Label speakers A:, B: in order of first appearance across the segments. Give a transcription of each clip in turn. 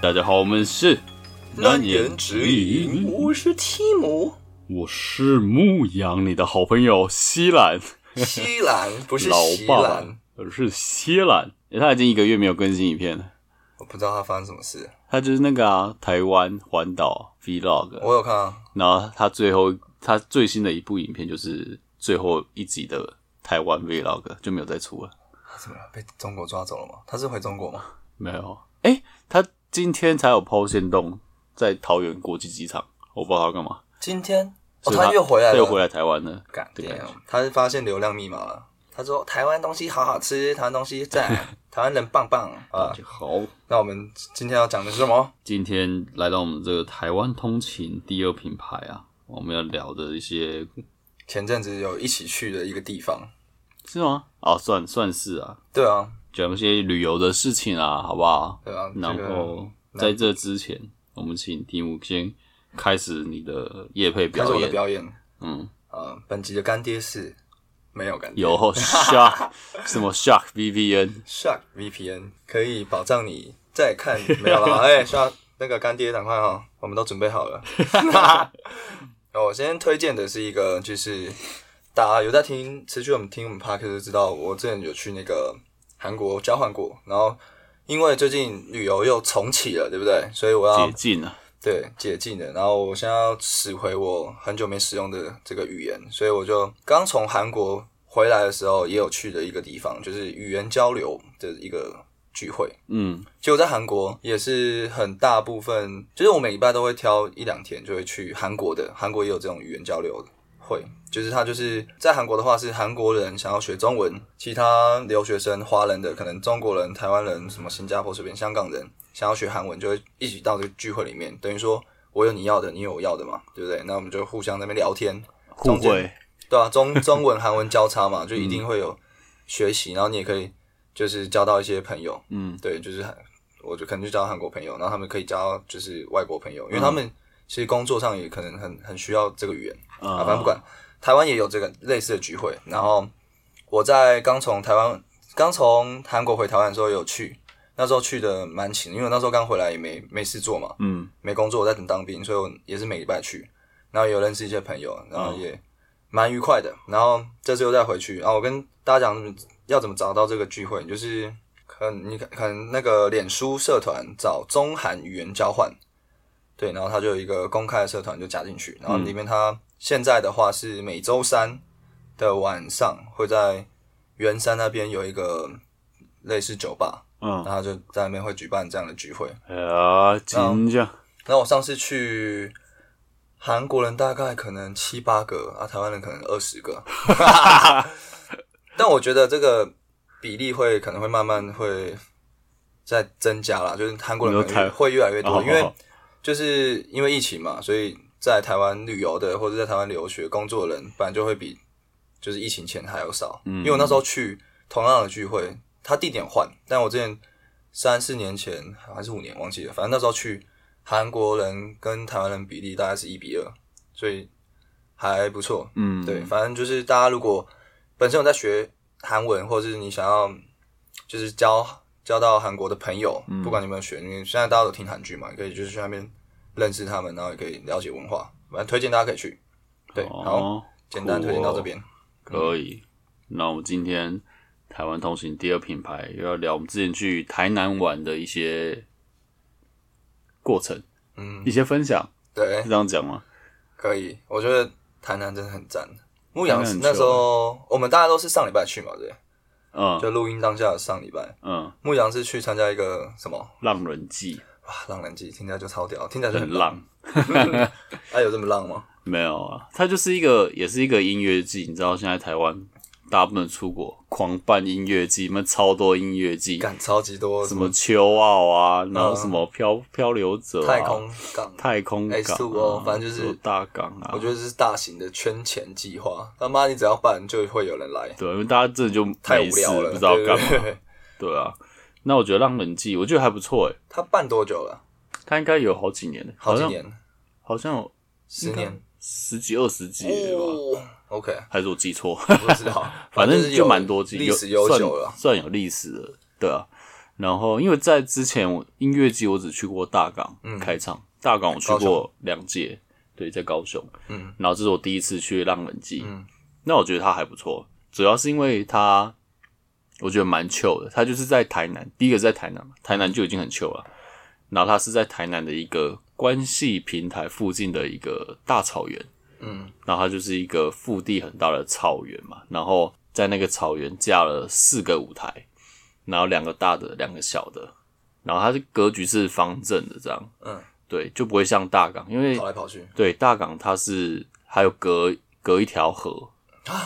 A: 大家好，我们是
B: 难言之隐，我是提姆，
A: 我是牧羊，你的好朋友西兰，
B: 西兰不是
A: 老
B: 西
A: 爸爸
B: 兰，，
A: 而是西兰。诶他已经一个月没有更新影片了，
B: 我不知道他发生什么事，
A: 他就是那个啊，台湾环岛 vlog，
B: 我有看啊，
A: 然后他最后他最新的一部影片就是最后一集的台湾 vlog 就没有再出了，
B: 他怎么了？被中国抓走了吗？他是回中国吗？
A: 没有。诶，他今天才有抛线动在桃园国际机场，我不知道他要干嘛。
B: 今天哦，
A: 所以
B: 他又回来
A: 他
B: 了，
A: 又回来台湾了。
B: 干
A: 对
B: 爹，他是发现流量密码了。他说台湾东西好好吃，台湾东西 赞，台湾人棒棒啊！
A: 好，
B: 那我们今天要讲的是什么？
A: 今天来到我们这个台湾通勤第二品牌啊，我们要聊的一些
B: 前阵子有一起去的一个地方，
A: 是吗？啊，算算是啊，
B: 对啊，
A: 讲一些旅游的事情啊，好不好？
B: 对啊，
A: 然
B: 这个
A: 后在这之前，我们请蒂姆先开始你的夜配
B: 开
A: 表
B: 始我的
A: 演。
B: 表演
A: 嗯，
B: 啊、本集的干爹是没有干爹，
A: 有 Shark 什么 Shark VPN，
B: Shark VPN 可以保障你再看没有了，哎、s h a r k 那个干爹赶快哈，我们都准备好了。 那我先推荐的是一个，就是大家有在听，持续我们听我们 p o d c a s t 就知道，我之前有去那个韩国交换过，然后因为最近旅游又重启了，对不对？所以我要
A: 解禁啊，
B: 对解禁了，然后我现在要使回我很久没使用的这个语言，所以我就刚从韩国回来的时候也有去的一个地方，就是语言交流的一个聚会。
A: 嗯，
B: 其实我在韩国也是很大部分，就是我每礼拜都会挑一两天就会去韩国的，韩国也有这种语言交流会，就是他就是在韩国的话是韩国人想要学中文，其他留学生、华人的可能中国人、台湾人、什么新加坡这边、香港人想要学韩文，就会一起到这个聚会里面，等于说我有你要的，你有我要的嘛，对不对？那我们就互相在那边聊天，
A: 互
B: 中间
A: 惠，
B: 对啊，中中文韩文交叉嘛，就一定会有学习，然后你也可以就是交到一些朋友，
A: 嗯，
B: 对，就是韩我就可能就交韩国朋友，然后他们可以交就是外国朋友，因为他们其实工作上也可能很很需要这个语言啊，
A: 啊
B: 反正不管，台湾也有这个类似的聚会。然后我在刚从台湾刚从韩国回台湾的时候有去，那时候去的蛮勤，因为我那时候刚回来也没没事做嘛，
A: 嗯，
B: 没工作，我在等当兵，所以我也是每礼拜去，然后也有认识一些朋友，然后也蛮愉快的。然后这次又再回去，然后我跟大家讲怎么要怎么找到这个聚会，就是可能你可可能那个脸书社团找中韩语言交换，对，然后它就有一个公开的社团就加进去，然后里面它现在的话是每周三的晚上会在圆山那边有一个类似酒吧，
A: 嗯，
B: 然后就在那边会举办这样的聚会。
A: 啊，金匠，
B: 然后我上次去韩国人大概可能七八个啊，台湾人可能二十个，但我觉得这个比例会可能会慢慢会再增加啦，就是韩国人
A: 你
B: 可
A: 说台
B: 能会越来越
A: 哦
B: 多，因为就是因为疫情嘛，所以在台湾旅游的或者在台湾留学工作的人，本来就会比就是疫情前还要少。
A: 嗯
B: 因为我那时候去同样的聚会，它地点换，但我之前三四年前还是五年忘记了，反正那时候去韩国人跟台湾人比例大概是一比二，所以还不错。
A: 嗯，
B: 对，，反正就是大家如果本身有在学韩文，或是你想要就是交交到韩国的朋友，
A: 嗯
B: 不管你有没有学，因为现在大家都听韩剧嘛，可以就是去那边认识他们，然后也可以了解文化。反正推荐大家可以去。对，好，
A: 哦，
B: 简单推荐到这边。
A: 可以。那我们今天台湾通行第二品牌又要聊我们之前去台南玩的一些过程，
B: 嗯，
A: 一些分享，
B: 对
A: 是，这样讲吗？
B: 可以。我觉得台南真的很赞。牧羊
A: 台南很
B: 那时
A: chill
B: 候我们大家都是上礼拜去嘛，对，
A: 嗯
B: 就录音当下的上礼拜，
A: 嗯，
B: 牧羊是去参加一个什么
A: 浪人记
B: 哇，浪人祭，听起来就超屌，听起来就
A: 很，浪，
B: 哎、有这么浪吗？
A: 没有啊，它就是一个也是一个音乐季，你知道现在台湾大部分出国狂办音乐季，那超多音乐季，
B: 干超级多
A: 什么秋奥啊，然后
B: 嗯
A: 什么漂漂流者啊、
B: 太空港，
A: 太空港、啊
B: S2O，反正就是
A: 什么大港啊，
B: 我觉得这是大型的圈钱计划。他妈，你只要办就会有人来，
A: 对，因为大家真的就
B: 太
A: 没
B: 无
A: 事
B: 聊了，
A: 不知道
B: 对
A: 干
B: 对
A: 嘛。
B: 对
A: 对啊，那我觉得《浪人记》我觉得还不错诶，
B: 他办多久了？
A: 它应该有好几年了，
B: 好几
A: 像
B: 年，
A: 好像有
B: 十年。
A: 十几二十季了吧？
B: 哦，OK，
A: 还是我记错？ ，
B: 我不知道
A: 反正
B: 是
A: 就
B: 有
A: 蛮多季，
B: 历
A: 有
B: 史悠久了。
A: 算算有历史的，对啊。然后因为在之前我音乐季我只去过大港
B: 嗯
A: 开唱，大港我去
B: 高
A: 过
B: 雄
A: 两届，对，在高雄，
B: 嗯，
A: 然后这是我第一次去浪人季，
B: 嗯
A: 那我觉得它还不错，主要是因为它我觉得蛮 chill 的，它就是在台南，第一个是在台南嘛，台南就已经很 chill 了，然后它是在台南的一个关系平台附近的一个大草原。
B: 嗯，
A: 然后它就是一个腹地很大的草原嘛，然后在那个草原架了四个舞台，然后两个大的，两个小的，然后它的格局是方正的这样，
B: 嗯，
A: 对，就不会像大港，因为
B: 跑来跑去，
A: 对大港它是还有隔隔一条河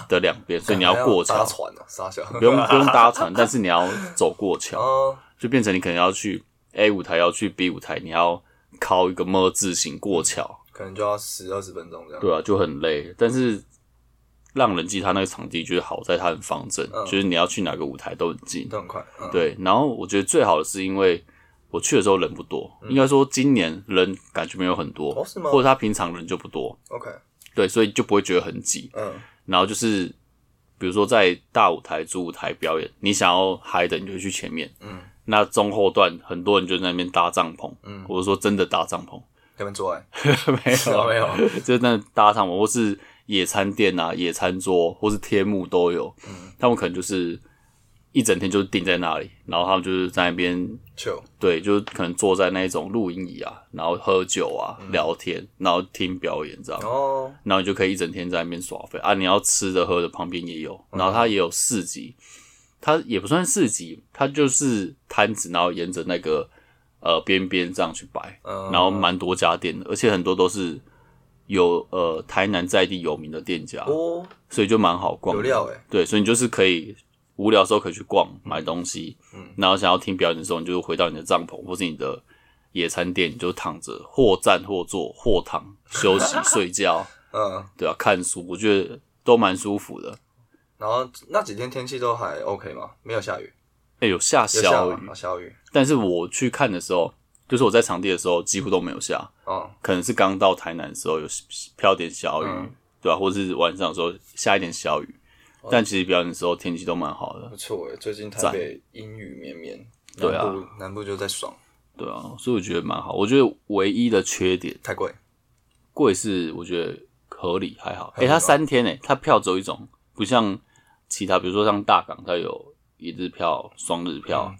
A: 的两边，所以你要过桥，
B: 搭 船呢、傻小，
A: 不用不用搭船，但是你要走过桥，
B: 哦，
A: 就变成你可能要去 A 舞台要去 B 舞台，你要靠一个么字形过桥，
B: 可能就要十二十分钟这样。
A: 对啊，就很累。但是浪人季他那个场地就是好在它很方正，
B: 嗯
A: 就是你要去哪个舞台都很近。
B: 都很快，嗯，
A: 对，然后我觉得最好的是因为我去的时候人不多，应该说今年人感觉没有很多，
B: 嗯哦是吗
A: 或者他平常人就不多，
B: ，OK，
A: 对，所以就不会觉得很挤。
B: 嗯
A: 然后就是比如说在大舞台、主舞台表演，你想要嗨的你就去前面，
B: 嗯，
A: 那中后段很多人就在那边搭帐篷，
B: 嗯
A: 我是说真的搭帐篷，
B: 那边做爱，
A: 没有啊
B: 没有，
A: 就是那搭帐篷或是野餐垫啊、野餐桌或是天幕都有。他们可能就是一整天就是定在那里，然后他们就是在那边，
B: 就
A: 对，就是可能坐在那一种露营椅啊，然后喝酒啊、聊天，然后听表演这样。
B: 哦，
A: 然后你就可以一整天在那边耍废啊！你要吃的喝的旁边也有，然后它也有市集，它也不算市集，它就是摊子，然后沿着那个呃边边这样去摆，
B: 嗯
A: 然后蛮多家店的，而且很多都是有呃台南在地有名的店家，
B: 哦，
A: 所以就蛮好逛
B: 有
A: 的。
B: 料哎，
A: 对，所以你就是可以无聊的时候可以去逛买东西，
B: 嗯
A: 然后想要听表演的时候，你就回到你的帐篷或是你的野餐店，你就躺着或站或坐或躺休 息睡觉，
B: 嗯，
A: 对啊，看书，我觉得都蛮舒服的。
B: 然后那几天天气都还 OK 吗？没有下雨，
A: 哎、有下
B: 有下
A: 小
B: 吗
A: 雨
B: 啊，，小雨，
A: 但是我去看的时候，就是我在场地的时候几乎都没有下，
B: 哦，
A: 可能是刚到台南的时候有飘点小雨，
B: 嗯
A: 对吧、啊或是晚上的时候下一点小雨，但其实表演的时候天气都蛮好的
B: 不，错哎，最近台北阴雨绵绵，
A: 对啊
B: 南部，南部就在爽，
A: 对啊，所以我觉得蛮好。我觉得唯一的缺点。
B: 太贵，
A: 贵是我觉得合理还好。
B: 合
A: 诶、
B: 理吧
A: 它三天诶、它票只有一种，不像其他，比如说像大港，它有一日票、双日
B: 嗯
A: 票，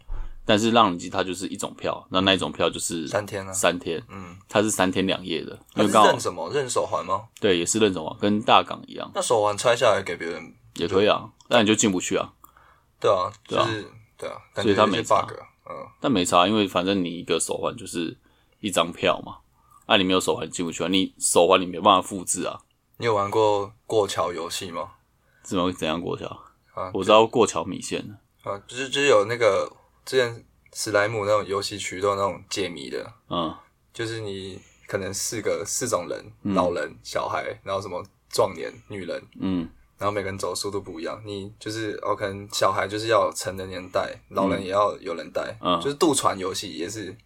A: 但是浪人机它就是一种票，那那一种票就是
B: 三天啊
A: 三天，
B: 嗯，
A: 它是三天两夜的，因
B: 那
A: 为
B: 是
A: 刚好
B: 认什么？认手环吗？
A: 对也是认种啊，跟大港一样
B: 那手环拆下来给别人，
A: 也可以啊，那你就进不去啊，
B: 对啊，
A: 啊
B: 就是对啊，感
A: 所以
B: 觉
A: 它
B: 有些
A: 没差
B: bug，嗯，
A: 但没差，因为反正你一个手环就是一张票嘛，啊你没有手环进不去啊，你手环你没办法复制啊，
B: 你有玩过过桥游戏吗？
A: 怎么怎样过桥？
B: 啊
A: 我知道过桥米线。
B: 啊，就是就是有那个之前史莱姆那种游戏区都有那种解谜的，
A: 嗯，
B: 就是你可能四个四种人，老人、小孩，然后什么壮年、女人，
A: 嗯，
B: 然后每个人走的速度不一样。你就是哦，可能小孩就是要成人年代，老人也要有人带，
A: 嗯
B: 就是渡船游戏也是，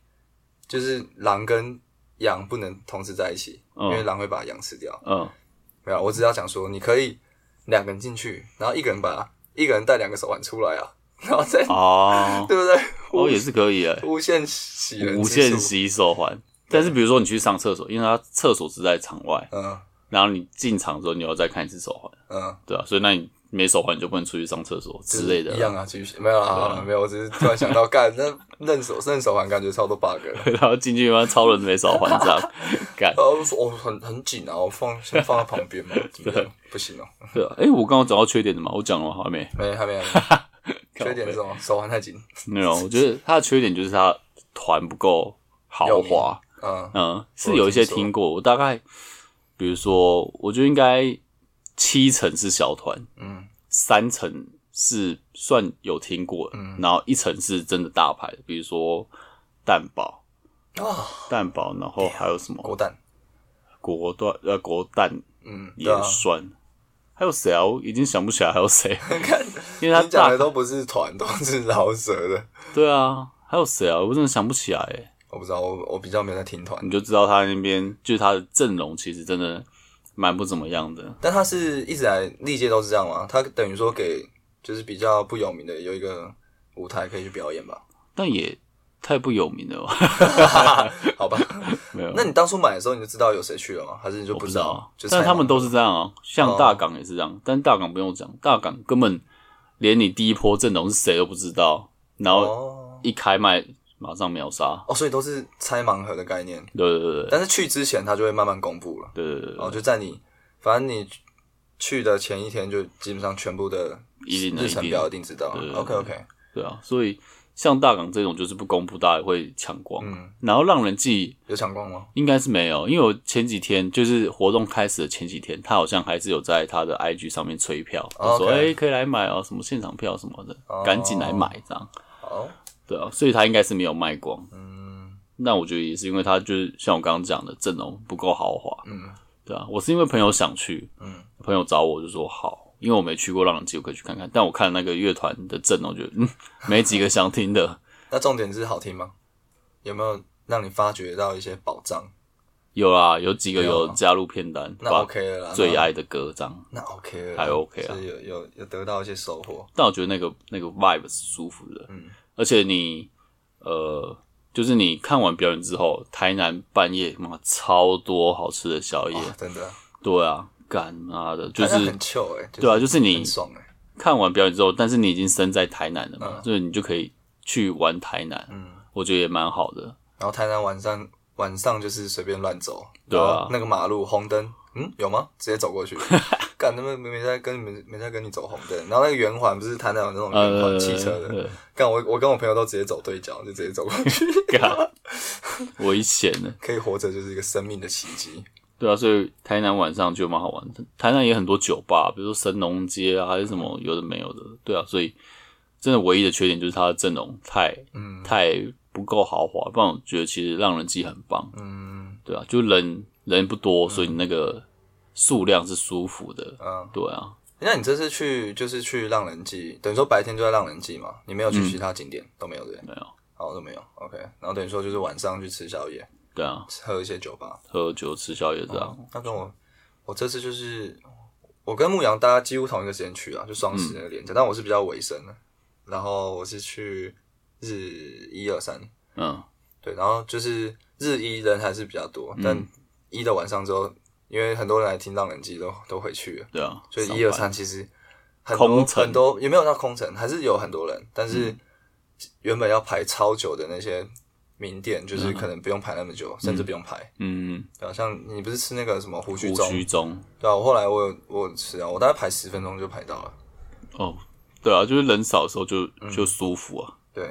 B: 就是狼跟羊不能同时在一起，
A: 嗯
B: 因为狼会把羊吃掉。
A: 嗯，
B: 没有，我只是要讲说，你可以两个人进去，然后一个人把一个人带两个手环出来啊，然后再、
A: 哦，
B: 对不 对？
A: 哦，也是可以诶，
B: 无限洗人之
A: 无限
B: 术，
A: 洗手环。但是比如说你去上厕所，因为它厕所是在场外，
B: 嗯
A: 然后你进场之后你要再看一次手环，
B: 嗯。
A: 对啊，所以那你没手环你就不能出去上厕所之类的 啦，
B: 一样啊，继续没有啦，好了，没有，我只是突然想到，干那 认手认手环感觉超多 bug 的。
A: 然后进去嘛，超人没手环这样，干
B: 然后我说哦，很很紧啊，我放先放在旁 边嘛，怎么样？不行哦，
A: 对啊。哎，我刚刚讲到缺点的嘛，我讲了吗？还没？
B: 没还没还没，
A: 靠
B: 缺点是什么？手环太紧，
A: 没有，我觉得它的缺点就是它团不够豪
B: 有名
A: 华，
B: 嗯
A: 嗯，是有一些听过，我大概，比如说，我觉得应该七成是小团，
B: 嗯，
A: 三成是算有听过的，
B: 嗯
A: 然后一成是真的大牌的，比如说蛋堡、
B: 啊，
A: 蛋堡，然后还有什么
B: 国蛋，
A: 国段呃国蛋
B: 嗯，对
A: 也
B: 啊，
A: 算，还有谁啊？我已经想不起来还有 谁，
B: 看
A: 因为他
B: 你讲的
A: 大
B: 都不是团， 都是饶舌的，
A: 对啊，还有谁啊？我真的想不起来、欸。
B: 我不知道，我我比较没有在听团，
A: 你就知道他那边就是他的阵容其实真的蛮不怎么样的。
B: 但他是一直来历届都是这样吗？他等于说给就是比较不有名的有一个舞台可以去表演吧？
A: 但也太不有名了吧？
B: 好吧？
A: 没有，
B: 那你当初买的时候你就知道有谁去了吗？还是你就
A: 我不
B: 知
A: 知
B: 道
A: 道？，
B: 就
A: 但
B: 猜哦
A: 他们
B: 吗
A: 都是这样啊，像大港也是这样，但大港不用讲，大港根本连你第一波阵容是谁都不知道，然后
B: 哦
A: 一开麦马上秒杀，
B: 哦，所以都是猜盲盒的概念，
A: 对对对对
B: 但是去之前他就会慢慢公布了，
A: 对对
B: 然后
A: 对，
B: 就在你反正你去的前一天就基本上全部的
A: 一定的
B: 日
A: 一
B: 程
A: 定
B: 表
A: 的
B: 一定知道
A: 对对。对
B: OK OK，
A: 对啊，所以像大港这种就是不公布，大家也会抢光，
B: 嗯，
A: 然后让人记
B: 有抢光吗？
A: 应该是没有，因为我前几天就是活动开始的前几天，他好像还是有在他的 IG 上面催票，
B: 哦
A: 他说哎
B: OK、哦
A: 诶可以来买哦，什么现场票什么的，赶紧来买这样。
B: 好，
A: 对啊，所以他应该是没有卖光。
B: 嗯
A: 那我觉得也是因为他就是像我刚刚讲的阵容不够豪华，
B: 嗯
A: 对啊，我是因为朋友想去，
B: 嗯，
A: 朋友找我就说好，因为我没去过，让人记我可以去看看。但我看那个乐团的阵容，我觉得嗯， 没几个想听的。
B: 那重点是好听吗？有没有让你发掘到一些宝藏？
A: 有啦，有几个
B: 有啊
A: 有加入片单，
B: 那啊
A: 把
B: OK 了啦，
A: 最爱的歌这样。
B: 那那 OK 了啦，
A: 还 OK 啊
B: 所以有有有得到一些收获。
A: 但我觉得那个那个 vibe 是舒服的，
B: 嗯，
A: 而且你呃，就是你看完表演之后，台南半夜妈超多好吃的宵夜，
B: 哇，哦真的，
A: 对啊，干妈的，就
B: 好像
A: 是
B: 很 chill 哎，
A: 对啊，就是你
B: 很爽哎，
A: 看完表演之后，但是你已经身在台南了嘛，所以你就可以去玩台南，
B: 嗯。
A: 我觉得也蛮好的。
B: 然后台南晚上晚上就是随便乱走，
A: 对啊
B: 然后那个马路红灯，嗯，有吗？直接 走过去，干他们没没在跟你们没在跟你走红灯。然后那个圆环不是台南有那种圆环
A: 呃，
B: 汽车的，
A: 呃
B: 干我我跟我朋友都直接走对角，就直接走过去，
A: 干危险呢，
B: 可以活着就是一个生命的奇迹。
A: 对啊，所以台南晚上就蛮好玩的。台南也很多酒吧，比如说神农街啊，还是什么有的没有的，对啊，所以真的唯一的缺点就是它的阵容太
B: 嗯
A: 太不够豪华，不然我觉得其实让人记很棒，
B: 嗯
A: 对啊，就人人不多，所以你那个数量是舒服的，
B: 嗯，
A: 对啊，
B: 那你这次去就是去浪人记，等于说白天就在浪人记嘛？你没有去其他景点、都没有对不对？
A: 嗯没有，
B: 好都没有。OK，然后等于说就是晚上去吃宵夜，
A: 对啊，
B: 喝一些酒吧。
A: 喝酒吃宵夜这样。
B: 那跟我，我这次就是我跟牧羊，大家几乎同一个时间去啊，就双十那个
A: 嗯
B: 连假，但我是比较尾声的，然后我是去日一二三，
A: 嗯，
B: 对，然后就是日一人还是比较多，
A: 嗯
B: 但一的晚上之后，因为很多人来听浪人记都都回去了，
A: 对啊，
B: 所以
A: 上
B: 一二
A: 班，
B: 三其实很多
A: 空城嗯
B: 很多也没有到空城，还是有很多人，但是原本要排超久的那些名店，就是可能不用排那么久，甚至不用排。
A: 嗯，
B: 对啊，像你不是吃那个什么胡须
A: 胡
B: 粽？
A: 须中，
B: 对啊，我后来我有我有吃啊，我大概排十分钟就排到了。
A: 哦，对啊，就是人少的时候就
B: 嗯
A: 就舒服啊，
B: 对，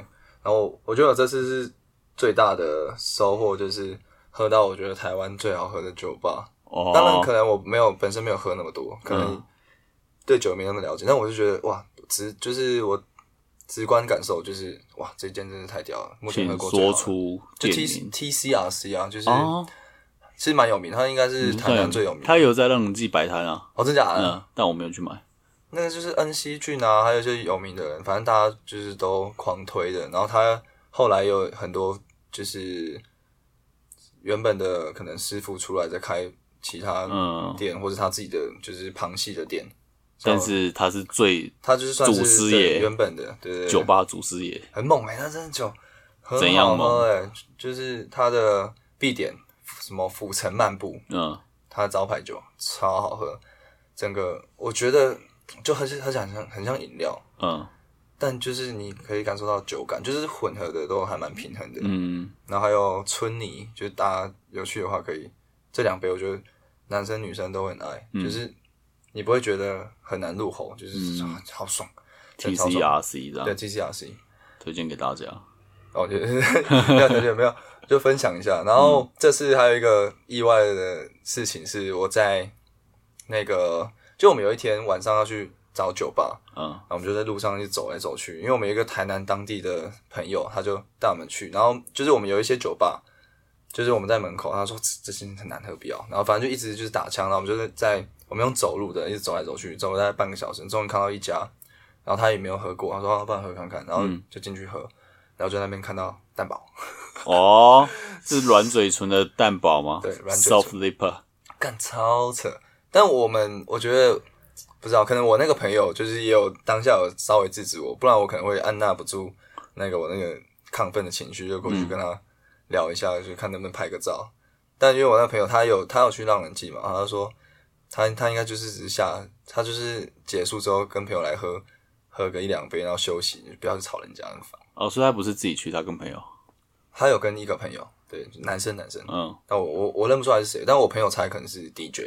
B: 然后我觉得我这次是最大的收获就是喝到我觉得台湾最好喝的酒吧。
A: 哦，
B: 当然，可能我没有本身没有喝那么多，可能
A: 嗯
B: 对酒没那么了解，但我就觉得哇，直就是我直观感受就是哇，这间真是太屌了，目前
A: 请
B: 喝过最好
A: 说
B: 的
A: 出
B: 就
A: 店
B: T
A: 名
B: T C R C 啊，就是、
A: 哦，嗯
B: 其实蛮有名，它应该是台南最有名。
A: 他有在让人记摆摊啊，
B: 哦，真假的？
A: 嗯，但我没有去买，
B: 那个就是恩熙俊啊，还有一些有名的人，反正大家就是都狂推的。然后他后来有很多就是原本的可能师傅出来再开其他
A: 嗯，
B: 店，或者他自己的就是旁系的店。
A: 但是他是最
B: 他就是算是
A: 祖师
B: 对
A: 爷
B: 原本的，对对对，
A: 酒吧祖师爷，
B: 很猛哎、他真的酒很
A: 怎样
B: 好喝哎、就是他的必点什么府城漫步，
A: 嗯，
B: 它的招牌酒超好喝，整个我觉得就很很想像很像饮料。
A: 嗯
B: 但就是你可以感受到酒感，就是混合的都还蛮平衡的。
A: 嗯，
B: 然后还有春泥，就是大家有去的话可以，这两杯我觉得男生女生都很爱，就是你不会觉得很难入喉，就是、啊好爽。
A: T
B: 真的超
A: C
B: 爽
A: R C 这
B: 对
A: 样
B: T C R C，
A: 推荐给大家，
B: 哦，就是没有没有没有，就分享一下。然后这次还有一个意外的事情是，我在那个就我们有一天晚上要去找酒吧，
A: 嗯
B: 然后我们就在路上一直走来走去，因为我们有一个台南当地的朋友，他就带我们去，然后就是我们有一些酒吧，就是我们在门口，他说这这些很难喝，不要，然后反正就一直就是打枪，然后我们就是在我们用走路的一直走来走去，走了大概半个小时，终于看到一家，然后他也没有喝过，他说啊不然喝看看，然后就进去喝，然后就在那边看到蛋堡，
A: 哦，是软嘴唇的蛋堡吗？
B: 对软嘴唇
A: ，soft lipper，
B: 干超扯，但我们我觉得。不知道，可能我那个朋友就是也有当下有稍微制止我，不然我可能会按捺不住那个我那个亢奋的情绪，就过去跟他聊一下，就是看能不能拍个照。但因为我那朋友他有他有去浪人记嘛，然后他说他他应该就是只是下他就是结束之后跟朋友来喝喝个一两杯，然后休息，不要去吵人家，很烦。
A: 哦，所以他不是自己去，他跟朋友。
B: 他有跟一个朋友，对，男生男生，
A: 嗯，
B: 但我我我认不出来是谁，但我朋友猜可能是 DJ。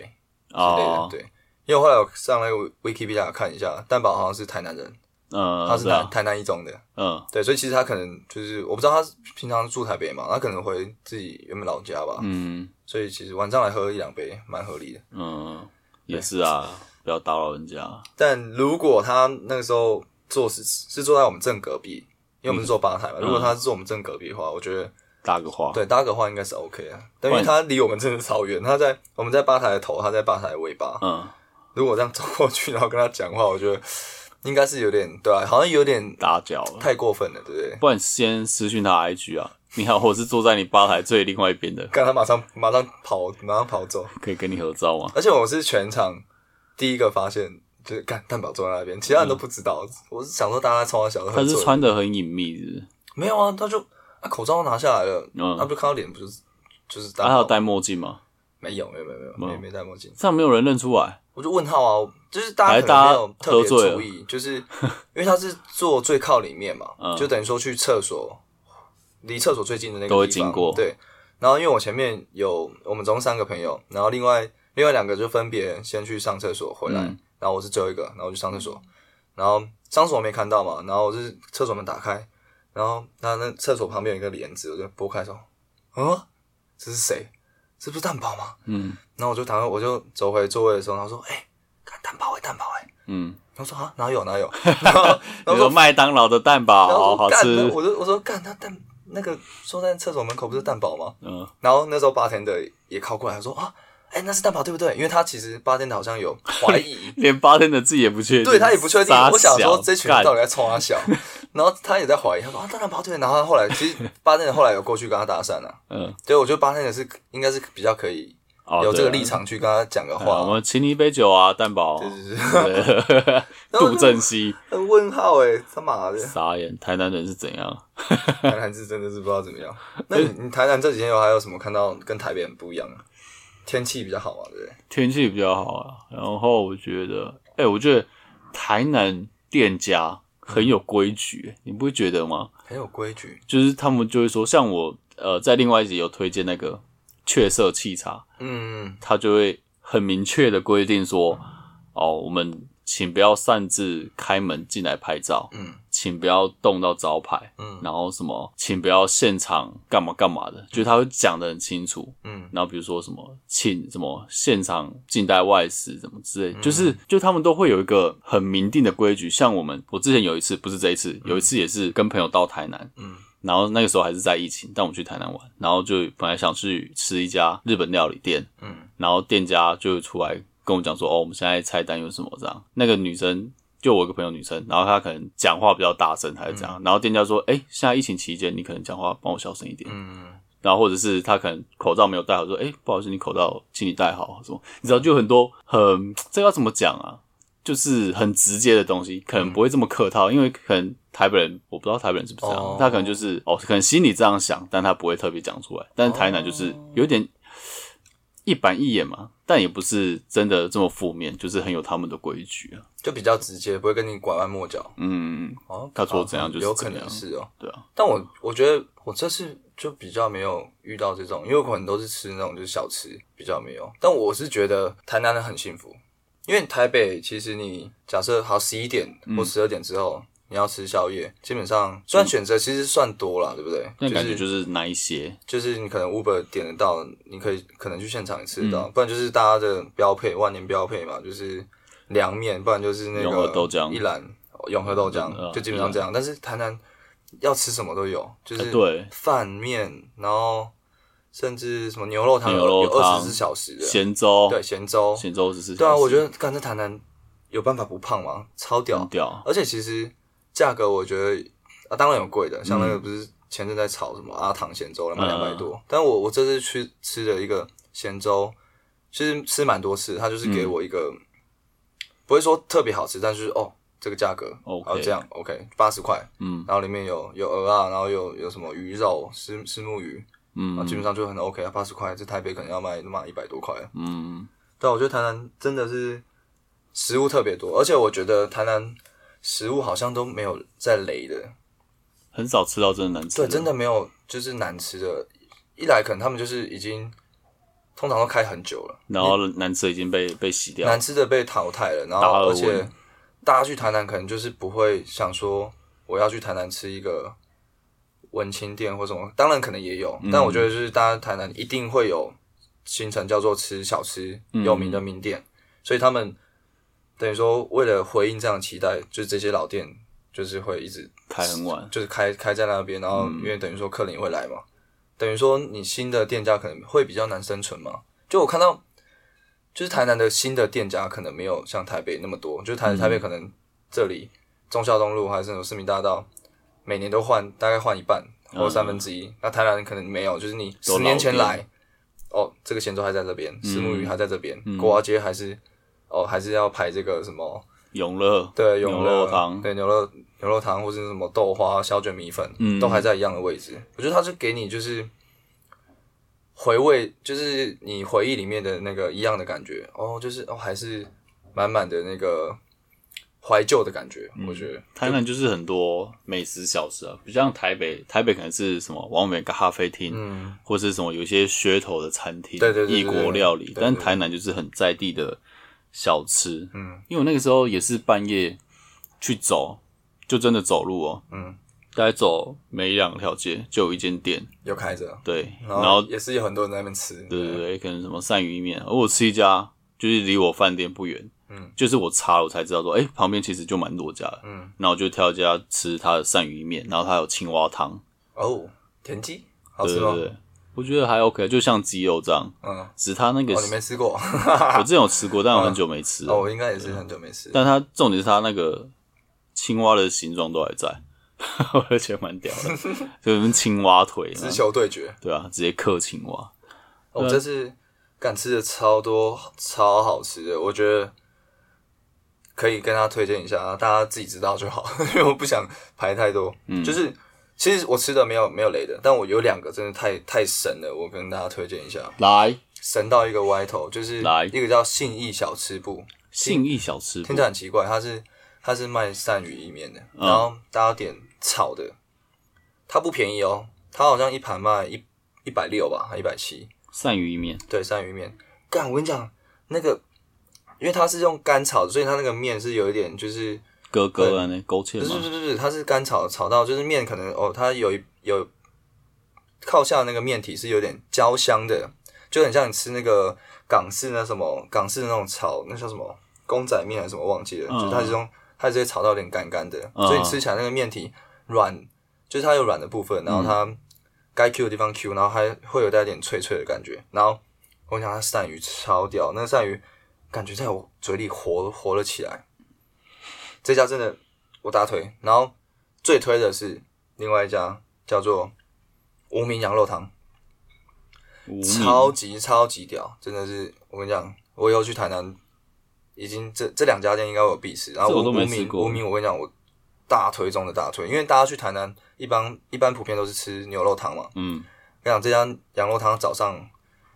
B: 之类的，
A: 哦，
B: 对，因为我后来我上那个 Wikipedia 看一下，蛋宝好像是台南人，
A: 嗯，
B: 他是
A: 对
B: 台、
A: 啊，
B: 台南一中的，
A: 嗯，
B: 对，所以其实他可能就是我不知道他是平常住台北嘛，他可能回自己原本老家吧，
A: 嗯，
B: 所以其实晚上来喝一两杯蛮合理的。
A: 嗯，也是啊，不要打扰人家。
B: 但如果他那个时候坐是是坐在我们正隔壁，因为我们是坐吧台
A: 嗯
B: 嘛，如果他是坐我们正隔壁的话，我觉得
A: 搭个话，
B: 对搭个话应该是 OK 啊，但因为
A: 换
B: 他离我们真的超远，他在我们在吧台的头，他在吧台的尾巴，
A: 嗯，
B: 如果这样走过去，然后跟他讲话，我觉得应该是有点对啊，好像有点
A: 打搅了。
B: 太过分了，对不对？
A: 不然先私讯他 IG 啊，你好，我是坐在你吧台最另外一边的，
B: 看他马上马上跑，马上跑走。
A: 可以跟你合照吗？
B: 而且我是全场第一个发现，就是干蛋宝坐在那边，其他人都不知道。我是想说大家从小都
A: 他
B: 很
A: 是
B: 准
A: 穿的很隐秘是不是，
B: 没有啊，他就啊口罩拿下来了，
A: 嗯
B: 他、不就看到脸，不就是就是
A: 他
B: 蛋
A: 还有
B: 宝？
A: 戴墨镜吗？
B: 没有没有没有没有
A: 没
B: 没
A: 有
B: 没戴墨镜，
A: 这样没有人认出来。
B: 我就问号啊，我就是大
A: 还是
B: 家可能没有
A: 大家
B: 特
A: 喝
B: 别
A: 醉了
B: 注意，就是因为他是坐最靠里面嘛，
A: 嗯
B: 就等于说去厕所，离厕所最近的那个
A: 都会
B: 地方
A: 经过
B: 对，然后因为我前面有我们总共三个朋友，然后另外另外两个就分别先去上厕所回来，
A: 嗯
B: 然后我是最后一个，然后我去上厕所，然后上厕所没看到嘛，然后我是厕所门打开，然后那那厕所旁边有一个帘子，我就拨开说，啊，这是谁？这不是蛋宝吗？
A: 嗯
B: 然后我就躺，我就走回座位的时候，然后说：“哎、看蛋堡哎、蛋堡哎、
A: 嗯，
B: 然后说：“啊，哪有哪 有。”然后
A: 你
B: 然后
A: 说
B: 说
A: 麦当劳的蛋堡
B: 然后
A: 好
B: 我
A: 好
B: 说干那
A: 吃，
B: 我就我说干他蛋那个坐在厕所门口不是蛋堡吗？
A: 嗯，，
B: 然后那时候八天的也靠过来说：“啊，哎、那是蛋堡对不对？”因为他其实八天的好像有怀 疑
A: 连八天的自己也不确定，
B: 对他也不确定
A: 傻。
B: 我想说
A: 小
B: 这群人
A: 干
B: 到底在冲他笑， 然后他也在怀疑，他说：“啊，蛋蛋堡对。”然后他后来其实八天的后来有过去跟他搭讪了、啊，
A: 嗯，
B: 所以我觉得八天的是应该是比较可以
A: 哦
B: 有这个
A: 对啊
B: 立场去跟他讲个
A: 对啊我
B: 话。
A: 们请你一杯酒啊，蛋堡。
B: 对对对。
A: 对杜振熙，，
B: 很问号哎、他妈的
A: 傻眼，台南人是怎样？
B: 台南是真的是不知道怎么 样。那你你台南这几天有还有什么看到跟台北很不一样的？天气比较好嘛，啊对不对？
A: 天气比较好啊。然后我觉得，哎、我觉得台南店家很有规矩、你不会觉得吗？
B: 很有规矩，
A: 就是他们就会说，像我呃，在另外一集有推荐那个雀色沏茶，
B: 嗯，
A: 他就会很明确的规定说，哦，我们请不要擅自开门进来拍照，
B: 嗯，
A: 请不要动到招牌，
B: 嗯
A: 然后什么，请不要现场干嘛干嘛的，就是他会讲的很清楚，
B: 嗯，
A: 然后比如说什么请什么现场近代外食什么之类，
B: 嗯
A: 就是就他们都会有一个很明定的规矩。像我们，我之前有一次不是这一次，有一次也是跟朋友到台南，
B: 嗯，
A: 然后那个时候还是在疫情，但我们去台南玩，然后就本来想去吃一家日本料理店，
B: 嗯，
A: 然后店家就出来跟我讲说，哦，我们现在菜单有什么这样，那个女生。就我有个朋友女生，然后她可能讲话比较大声还是
B: 嗯
A: 怎样，然后店家说：“哎、现在疫情期间，你可能讲话帮我小声一点。”
B: 嗯，
A: 然后或者是他可能口罩没有戴好，说：“哎、不好意思，你口罩请你戴好。”什么？你知道，就有很多很 这个要怎么讲啊？就是很直接的东西，可能不
B: 嗯
A: 会这么客套，因为可能台北人我不知道台北人是不是这样，
B: 哦
A: 他可能就是哦，可能心里这样想，但他不会特别讲出来。但是台南就是有点一板一眼嘛，但也不是真的这么负面，就是很有他们的规矩啊。
B: 就比较直接，不会跟你拐弯抹角。
A: 嗯，
B: 哦，
A: 他说怎样就是
B: 有
A: 怎
B: 可
A: 么样
B: 能是哦，
A: 对啊，
B: 但我我觉得我这次就比较没有遇到这种，因为我可能都是吃那种就是小吃，比较没有。但我是觉得台南人很幸福，因为台北其实你假设好十一点
A: 嗯
B: 或十二点之后、你要吃宵夜，基本上虽然选择其实算多了，对不对？
A: 那嗯感
B: 就
A: 觉
B: 是
A: 就是哪一些，
B: 就是你可能 Uber 点得到，你可以可能去现场也
A: 嗯
B: 吃得到，不然就是大家的标配，万年标配嘛，就是凉面，不然就是那个
A: 永和豆浆
B: 一兰永和豆浆，
A: 嗯
B: 就基本上这样。但是台南要吃什么都有，就
A: 哎
B: 是
A: 对
B: 饭面，然后甚至什么牛肉汤有
A: 牛肉
B: 有
A: 汤
B: 二十四小时的，
A: 啊咸粥，
B: 对咸粥，
A: 咸粥只是
B: 对啊，我觉
A: 得
B: 得干在台南有办法不胖吗？超屌
A: 很，屌，
B: 而且其实价格我觉得啊，当然有贵的，像那个不是前阵在炒什么阿唐咸粥了嘛，
A: 嗯
B: 两百多。但我我这次去吃的一个咸粥，
A: 嗯
B: 其实吃蛮多次，它就是给我一个、不会说特别好吃，但是就是哦，这个价格
A: OK
B: 然后这样 OK 八十块，
A: 嗯
B: 然后里面有有鹅啊，然后有有什么鱼肉、石石目鱼，啊，
A: 嗯
B: 基本上就很 OK 啊，八十块，这台北可能要卖卖一百多块啊。
A: 嗯，
B: 但我觉得台南真的是食物特别多，而且我觉得台南食物好像都没有在雷的，
A: 很少吃到真的难吃
B: 对，
A: 的，
B: 真的没有就是难吃的。一来可能他们就是已经通常都开很久了，
A: 然后难吃的已经被被洗掉
B: 难，吃的被淘汰了，然
A: 达尔
B: 后
A: 文
B: 而且大家去台南可能就是不会想说我要去台南吃一个文青店或什么，当然可能也有，
A: 嗯
B: 但我觉得就是大家台南一定会有行程叫做吃小吃有名的名店，
A: 嗯
B: 所以他们等于说为了回应这样的期待，就是这些老店就是会一直
A: 开很晚，
B: 就是开开在那边，然后
A: 嗯
B: 因为等于说客人也会来嘛，等于说你新的店家可能会比较难生存嘛。就我看到，就是台南的新的店家可能没有像台北那么多，就是
A: 嗯
B: 台、台北可能这里忠孝东路还是那种市民大道，每年都换大概换一半或三分之一。那台南可能没有，就是你
A: 都
B: 十年
A: 嗯老
B: 前
A: 店
B: 来，哦，这个咸粥还在这边，石目鱼还在这边，
A: 嗯
B: 国华街还是哦还是要排这个什么。
A: 永乐
B: 对，
A: 牛
B: 永
A: 肉
B: 乐
A: 汤，
B: 对牛肉牛肉汤或是什么豆花、小卷米粉，
A: 嗯
B: 都还在一样的位置。我觉得它是给你就是回味，就是你回忆里面的那个一样的感觉。哦，就是哦，还是满满的那个怀旧的感觉。
A: 嗯
B: 我觉得
A: 台南就是很多美食小吃啊，不像台北，台北可能是什么王美咖啡厅，
B: 嗯，
A: 或是什么有一些噱头的餐厅，
B: 对对对对
A: 异国料理
B: 对，对
A: 但台南就是很在地的小吃，
B: 嗯，
A: 因为我那个时候也是半夜去走，就真的走路哦，
B: 嗯，
A: 大概走没两条街就有一间店，
B: 有开着，
A: 对，
B: 然
A: 然
B: 后
A: 后
B: 也是有很多人在那边吃。
A: 对对对，可能什么鳝鱼意面，而我吃一家就是离我饭店不远，
B: 嗯，
A: 就是我查了我才知道说，哎、旁边其实就蛮多家的，
B: 嗯，
A: 然后我就挑一家吃它的鳝鱼意面，然后它有青蛙汤，
B: 哦，田鸡好
A: 对
B: 吃
A: 对
B: 哦吗？
A: 对，我觉得还 OK，就像鸡肉这样，
B: 嗯，
A: 只是它那个
B: 哦，你没吃过？
A: 我之前有吃过，但我很久没吃了。
B: 啊哦，我应该也是很久没吃。
A: 但它重点是它那个青蛙的形状都还在， 我觉得蛮屌 的，就是青蛙腿嘛
B: 直，球对决。
A: 对啊，直接克青蛙。
B: 我、哦这次敢吃的超多，超好吃的，我觉得可以跟大家推荐一下，大家自己知道就好， 因为我不想排太多。嗯，就是其实我吃的没有没有雷的，但我有两个真的太太神了，我跟大家推荐一下，
A: 来，
B: 神到一个歪头，就是
A: 来
B: 一个叫信义小吃部，
A: 信义小吃部
B: 听起来很奇怪，它是它是卖鳝鱼意面的，然后大家点炒的，它不便宜哦，它好像一盘卖一一百六吧，还一百七。
A: 鳝鱼意面，
B: 对，鳝鱼面。干，我跟你讲，那个，因为它是用干炒的，所以它那个面是有一点就是，
A: 哥哥啊，那勾
B: 不
A: 芡
B: 是不
A: 吗？
B: 是不是，它是干炒炒到就是面可能哦，它有一有靠下的那个面体是有点焦香的，就很像你吃那个港式那什么港式那种炒那叫什么公仔面还是什么忘记了，
A: 嗯
B: 就是它是用它直接炒到有点干干的，
A: 嗯
B: 所以你吃起来那个面体软，就是它有软的部分，然后它该 Q 的地方 Q，然后还会有带点脆脆的感觉。然后我想它鳝鱼超屌，那个鳝鱼感觉在我嘴里活活了起来。这家真的我大推，然后最推的是另外一家叫做无名羊肉汤。
A: 无
B: 超
A: 名
B: 级超级屌，真的是我跟你讲，我以后去台南，已经这这两家店应该有必吃。然后
A: 这
B: 无
A: 我都
B: 无
A: 没
B: 名
A: 吃过
B: 无名，我跟你讲，我大推中的大推，因为大家去台南一般一般普遍都是吃牛肉汤嘛。
A: 嗯
B: 跟你讲，这家羊肉汤早上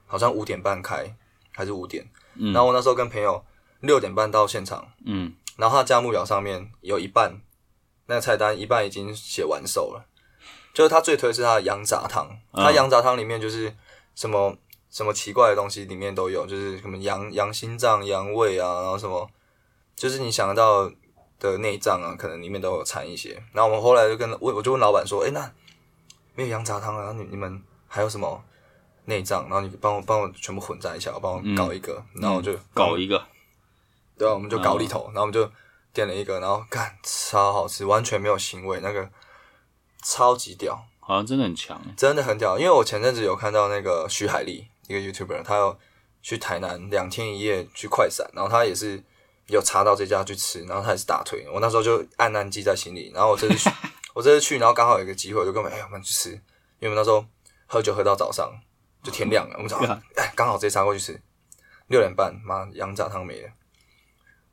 B: 好像五点半开，还是五点？
A: 嗯
B: 然后我那时候跟朋友六点半到现场，
A: 嗯，
B: 然后他的价目表上面有一半那个菜单一半已经写完售了，就是他最推是他的羊杂汤，
A: 嗯
B: 他羊杂汤里面就是什么什么奇怪的东西里面都有，就是什么羊羊心脏、羊胃啊，然后什么就是你想得到的内脏啊，可能里面都有掺一些。然后我们后来就跟我我就问老板说，哎，那没有羊杂汤了，然后你你们还有什么？内脏，然后你帮我帮我全部混在一起，我帮我搞一个，然后我就
A: 嗯搞一嗯个，
B: 对啊，我们就搞里头，然后我们就点了一个，然后干超好吃，完全没有腥味，那个超级屌，
A: 好像真的很强欸。
B: 真的很屌。因为我前阵子有看到那个徐海丽，一个 YouTuber，他有去台南两天一夜去快闪，然后他也是有查到这家去吃，然后他也是大推。我那时候就暗暗记在心里，然后我这次去，我这次去，然后刚好有一个机会，我就跟他们哎，我们去吃，因为我们那时候喝酒喝到早上就天亮了，我们早上哎刚好直接杀过去吃，六点半，妈羊杂汤没了。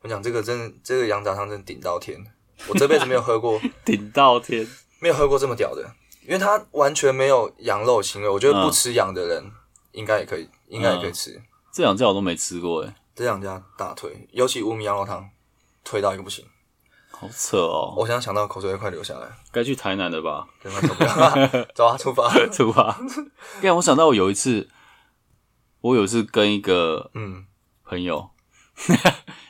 B: 我讲这个真的，这个羊杂汤真的顶到天，我这辈子没有喝过，
A: 顶到天，
B: 没有喝过这么屌的，因为它完全没有羊肉腥味。我觉得不
A: 嗯
B: 吃羊的人应该也可以，应该也可以吃。
A: 这两家我都没吃过哎、
B: 这两家大推，尤其无名羊肉汤，推到一个不行。
A: 好扯哦，
B: 我现在想到口水都快流下来，
A: 该去台南的吧？
B: 真的受不了。 走啊，出发。
A: 对 吧？干，我想到我有一次，我有一次跟一个
B: 嗯
A: 朋友，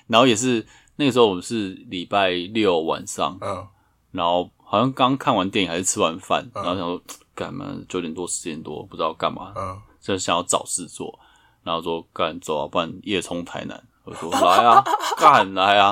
A: 然后也是那个时候我们是礼拜六晚上，
B: 嗯
A: 然后好像刚看完电影还是吃完饭，然后想说干嘛九点多十点多不知道干嘛，
B: 嗯，
A: 就想要找事做，然后说干走啊，不然夜冲台南。我 说来啊，干来啊，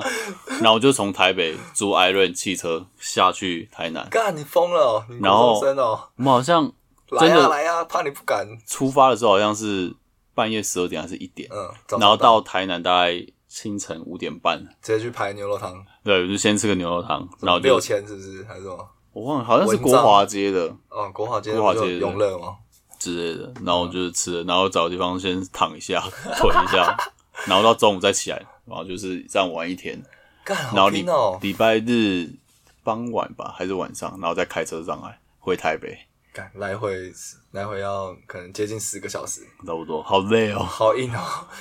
A: 然后我就从台北租 Iron 汽车下去台南。
B: 干你疯了哦，你
A: 然后
B: 高中生哦，
A: 我们好像
B: 来
A: 真
B: 呀
A: 的
B: 来呀，怕你不敢。
A: 出发的时候好像是半夜十二点还是一点，
B: 嗯，早
A: 然后
B: 上到
A: 到台南大概清晨五点半。
B: 直接去排牛肉汤，
A: 对，我就先吃个牛肉汤，然后就
B: 六千是不是？还是什么？
A: 我忘了，好像是国华街的
B: 哦，国华街
A: 国华
B: 不就
A: 街
B: 永乐吗？
A: 之类的，然后就是吃了，然后找个地方先躺一下， 腿一下，然后到中午再起来，然后就是这样玩一天。
B: 干
A: 然后
B: 好
A: 礼
B: 拼哦！
A: 礼拜日傍晚吧，还是晚上，然后再开车上来回台北，
B: 干来回来回要可能接近四个小时，
A: 差不多，好累哦，
B: 好硬哦！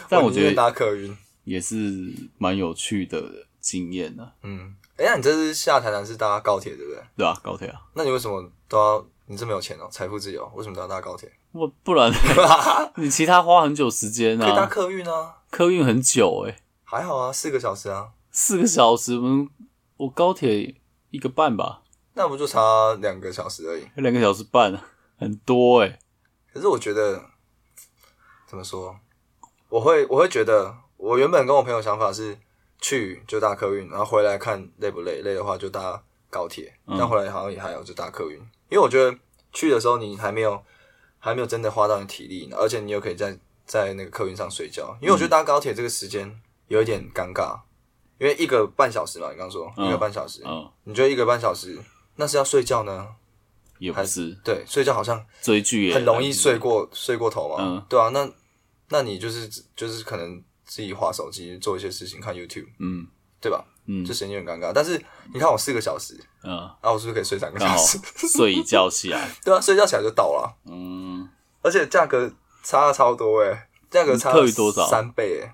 A: 但我
B: 我宁愿
A: 觉得
B: 搭客运，
A: 也是蛮有趣的经验呢、
B: 嗯，哎、那你这次下台南是搭高铁对不对？
A: 对啊，高铁啊，
B: 那你为什么都要？你这么有钱哦，财富自由，为什么都要搭 高铁？
A: 我不 然你其他花很久时间
B: 可以搭
A: 啊，
B: 客运啊，
A: 客运很久诶、欸
B: 还好啊，四个小时啊，
A: 四个小时，我们我高铁一个半吧，
B: 那不就差两个小时而已。
A: 两个小时半，很多欸诶、
B: 可是我觉得，怎么说？我会我会觉得，我原本跟我朋友想法是去就搭客运，然后回来看累不累，累的话就搭高铁，
A: 嗯
B: 但回来好像也还好，就搭客运。因为我觉得去的时候你还没有还没有真的花到你体力，而且你又可以在在那个客运上睡觉。因为我觉得搭高铁这个时间有一点尴尬，因为一个半小时嘛，你刚说、
A: 嗯
B: 一个半小时，
A: 嗯，
B: 你觉得一个半小时那是要睡觉呢？
A: 也不是
B: 对，睡觉好像
A: 追剧也
B: 很容易睡过睡过头嘛。
A: 嗯
B: 对啊，那那你就是就是可能自己划手机做一些事情，看 YouTube，
A: 嗯
B: 对吧？
A: 嗯
B: 这时间就很尴尬。但是你看我四个小时，
A: 嗯，
B: 啊，我是不是可以睡三个
A: 刚
B: 小
A: 好
B: 时？
A: 睡一觉起来，
B: 对啊，睡觉起来就到了，
A: 嗯，
B: 而且价格差了超多诶、欸价格差
A: 特约多少
B: 三倍诶、